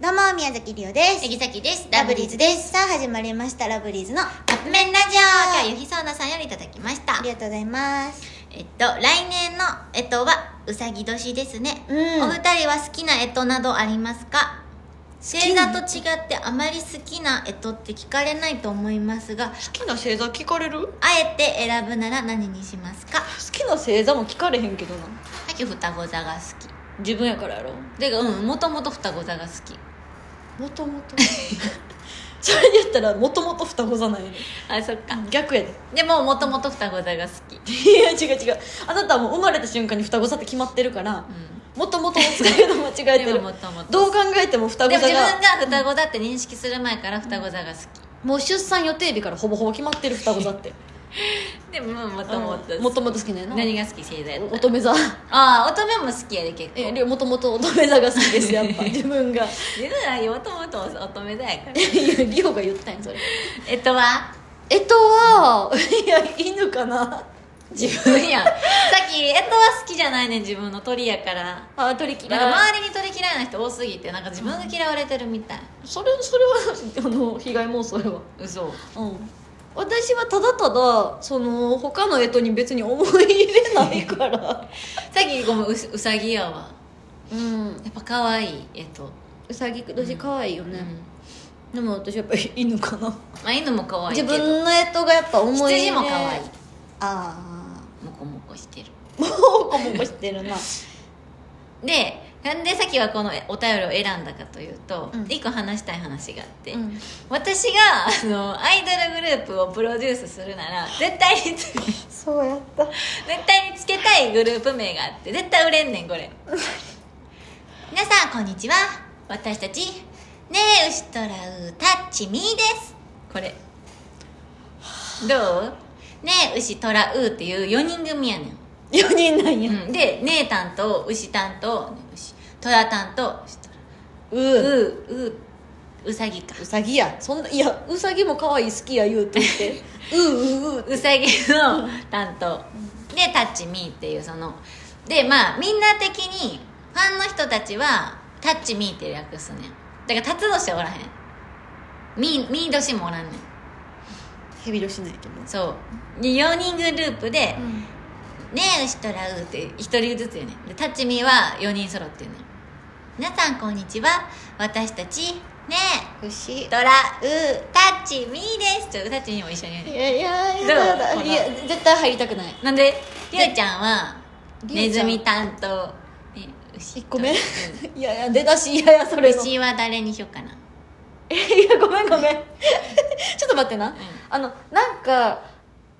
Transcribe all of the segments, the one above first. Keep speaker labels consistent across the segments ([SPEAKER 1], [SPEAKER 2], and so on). [SPEAKER 1] どうも宮崎りおです
[SPEAKER 2] えぎさきです
[SPEAKER 1] ラブリーズですさあ始まりましたラブリーズのあ
[SPEAKER 2] カップ麺ラジオ今日はゆひそうなさんよりいただきました
[SPEAKER 1] りがとうございます
[SPEAKER 2] えっと来年のえっとはうさぎ年ですね、
[SPEAKER 1] うん
[SPEAKER 2] お二人は好きなえっとなどありますか星座
[SPEAKER 1] な
[SPEAKER 2] と違ってあまり好きなえっとって聞かれないと思いますが
[SPEAKER 3] 好きな星座聞かれる好
[SPEAKER 2] あえて選ぶなら何にしますか
[SPEAKER 3] きな星座も聞かれへんけどな
[SPEAKER 2] さっき双子座が好き
[SPEAKER 3] 自分やからやろ
[SPEAKER 2] でうんもともと双子座が好き
[SPEAKER 3] もともと それで言ったらもともと双子座なんやね
[SPEAKER 2] あそっか
[SPEAKER 3] 逆やで
[SPEAKER 2] でももともと双子座が好き、う
[SPEAKER 3] いや違う違うあなたはもう生まれた瞬間に双子座って決まってるから
[SPEAKER 2] ん、
[SPEAKER 3] もともとの使い方間違えて
[SPEAKER 2] で
[SPEAKER 3] る
[SPEAKER 2] ももともと
[SPEAKER 3] どう考えても双
[SPEAKER 2] で
[SPEAKER 3] 子
[SPEAKER 2] も
[SPEAKER 3] 座
[SPEAKER 2] 自分が
[SPEAKER 3] が
[SPEAKER 2] 双子だって認識する前から双子座が好き
[SPEAKER 3] もう出産予定日からほぼほぼ決まってる双子座って
[SPEAKER 2] でももともと
[SPEAKER 3] もともと好きなんやな
[SPEAKER 2] 何が好き星座やった
[SPEAKER 3] 乙 女座
[SPEAKER 2] ああ乙女も好きやで結構
[SPEAKER 3] えりょうもともと乙女座が好きですやっ ぱ自分がい
[SPEAKER 2] 自分はもともと乙女だやから
[SPEAKER 3] やりおが言ったんやそれ
[SPEAKER 2] えっとは
[SPEAKER 3] えとは いや犬かな
[SPEAKER 2] 自分やんさっきえっとは好きじゃないねん自分の鳥やから
[SPEAKER 3] あ取り
[SPEAKER 2] なんか周りに鳥嫌いな人多すぎてなんか自分が嫌われてるみたい
[SPEAKER 3] それそれはあの被害妄想は
[SPEAKER 2] 嘘
[SPEAKER 3] うん私はただただその他の干支に別に思い入れないから
[SPEAKER 2] さっきごめんうすうさぎやわ
[SPEAKER 3] うん
[SPEAKER 2] やっぱ可愛いえっと、
[SPEAKER 3] うさぎ年可愛いよ
[SPEAKER 2] うん
[SPEAKER 3] ね、でも私やっぱり犬かな
[SPEAKER 2] まあ、犬も可愛い
[SPEAKER 3] 自
[SPEAKER 2] けど
[SPEAKER 3] 分の干支がやっぱ思い入れ
[SPEAKER 2] 羊も可愛い
[SPEAKER 3] あ
[SPEAKER 2] モコモコしてる
[SPEAKER 3] あもうこもこしてるな
[SPEAKER 2] でなんでさっきはこのお便りを選んだかというと、
[SPEAKER 3] うん
[SPEAKER 2] 一個話したい話があって、
[SPEAKER 3] うん
[SPEAKER 2] 私があのアイドルグループをプロデュースするな ら絶対につ絶
[SPEAKER 3] そうやった
[SPEAKER 2] 対につけたいグループ名があって絶対売れんねんこ れ皆さんこんにちは私たちねえウシトラウタッチミーですこれどうねえウシトラウっていう4人組やねん
[SPEAKER 3] 4人なんや
[SPEAKER 2] うん、で姉担当牛担当牛トラ担当牛ト
[SPEAKER 3] う
[SPEAKER 2] ラ
[SPEAKER 3] う
[SPEAKER 2] ううううさぎか
[SPEAKER 3] さぎやそんないやうさぎも可愛い好きや言うて言ってうううう
[SPEAKER 2] うさぎの担当でタッチミーっていうそのでまあみんな的にファンの人たちはタッチミーって略すねんだから辰年はおらへんミーミー年もおらんねん
[SPEAKER 3] 蛇年なんやけど
[SPEAKER 2] そうで4人グループで
[SPEAKER 3] うん
[SPEAKER 2] 「ねえ牛とラウ」って1人ずつやねんでタッチミーは4人揃ってんねん皆さんこんにちは私たちねえ
[SPEAKER 3] 牛
[SPEAKER 2] ドラウタッチミーですちょっとタッチミーも一緒にや
[SPEAKER 3] い
[SPEAKER 2] る
[SPEAKER 3] やいや
[SPEAKER 2] どう
[SPEAKER 3] やだやだ
[SPEAKER 2] ほら
[SPEAKER 3] いや絶対入りたくない
[SPEAKER 2] なんでりゅうちゃんは
[SPEAKER 3] りゅ
[SPEAKER 2] ネ
[SPEAKER 3] うち
[SPEAKER 2] ズ
[SPEAKER 3] ゃん
[SPEAKER 2] ミ担当ね牛
[SPEAKER 3] 1個目
[SPEAKER 2] うん
[SPEAKER 3] いやいや出だしいやいやそれのい
[SPEAKER 2] 牛は誰にしようかな
[SPEAKER 3] やごめんご めんちょっと待ってな、あのなんか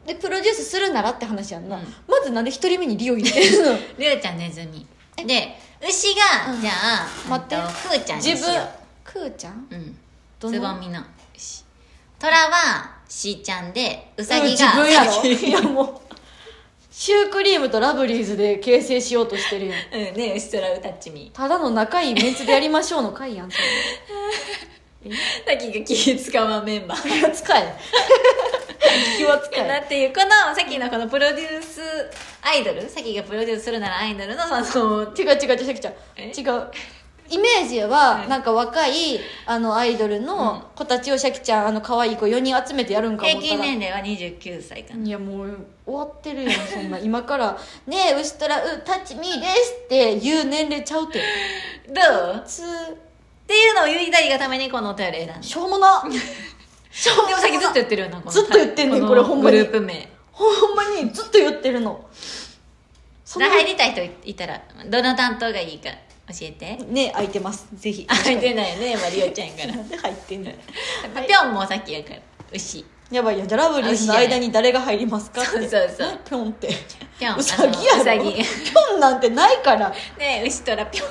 [SPEAKER 3] でプロデュースするならって話やんな、
[SPEAKER 2] うん
[SPEAKER 3] まずなんで一人目にリオ入れて るの
[SPEAKER 2] りゅうちゃんネズミで牛が、
[SPEAKER 3] うん
[SPEAKER 2] じゃあ
[SPEAKER 3] 待って
[SPEAKER 2] えとくーちゃんにしよ
[SPEAKER 3] 自分くーちゃん
[SPEAKER 2] ううん
[SPEAKER 3] ど
[SPEAKER 2] つ
[SPEAKER 3] の
[SPEAKER 2] ぼみの牛トラはしーちゃんでうさぎが、
[SPEAKER 3] 自分やろ
[SPEAKER 2] う
[SPEAKER 3] いやもうシュークリームとラブリーズで形成しようとしてるやん
[SPEAKER 2] んねえ牛トラウタッチミ
[SPEAKER 3] ただの仲いいメンツでやりましょうの回やんそれ
[SPEAKER 2] ーさっきが気使わんメンバー
[SPEAKER 3] 気は使え 気は使
[SPEAKER 2] な
[SPEAKER 3] え
[SPEAKER 2] っていうこのさっきのこのプロデュースアイドルさっきがプロデュースするならアイドルのその
[SPEAKER 3] 違う違う違う違う
[SPEAKER 2] え
[SPEAKER 3] 違うイメージは
[SPEAKER 2] うん
[SPEAKER 3] なんか若いあのアイド
[SPEAKER 2] う
[SPEAKER 3] ル
[SPEAKER 2] ん
[SPEAKER 3] の子たちをシャキちゃんあの可愛い子4人集めてやるんか思
[SPEAKER 2] 平
[SPEAKER 3] った
[SPEAKER 2] 均
[SPEAKER 3] ら
[SPEAKER 2] 年齢は29歳かない
[SPEAKER 3] やもう終わってるやんそんな 今から「ねえウシトラウタッチミーです」って言う年齢ちゃうて
[SPEAKER 2] どうっ
[SPEAKER 3] つ
[SPEAKER 2] ていうのを言いたいがためにこのお便り選んだ
[SPEAKER 3] しょう もなしょうもな
[SPEAKER 2] でもさっきずっと言ってるよなこの
[SPEAKER 3] ずっと言ってんねん
[SPEAKER 2] の
[SPEAKER 3] これほんまに
[SPEAKER 2] グループ名
[SPEAKER 3] ほんまにずっと言ってるのその
[SPEAKER 2] 入りたい人いたらどの担当がいいか教えて
[SPEAKER 3] ねえ空いてますぜひ
[SPEAKER 2] あ入ってないよねマリオちゃんやか
[SPEAKER 3] なん で入ってんねん
[SPEAKER 2] らぴょんもさっきやから牛
[SPEAKER 3] やばいやじゃあラブリーズの間に誰が入りますかって
[SPEAKER 2] そうそうそう
[SPEAKER 3] ぴょんって
[SPEAKER 2] ぴょん
[SPEAKER 3] うさぎやろ
[SPEAKER 2] うさぎ
[SPEAKER 3] ぴょんなんてないからし
[SPEAKER 2] ねえ牛とらぴょ ん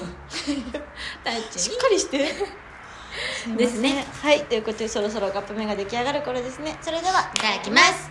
[SPEAKER 2] タッチ
[SPEAKER 3] っかりして
[SPEAKER 2] ですね
[SPEAKER 3] はいということでそろそろカップ麺が出来上がる頃ですね
[SPEAKER 1] それではい
[SPEAKER 2] ただきます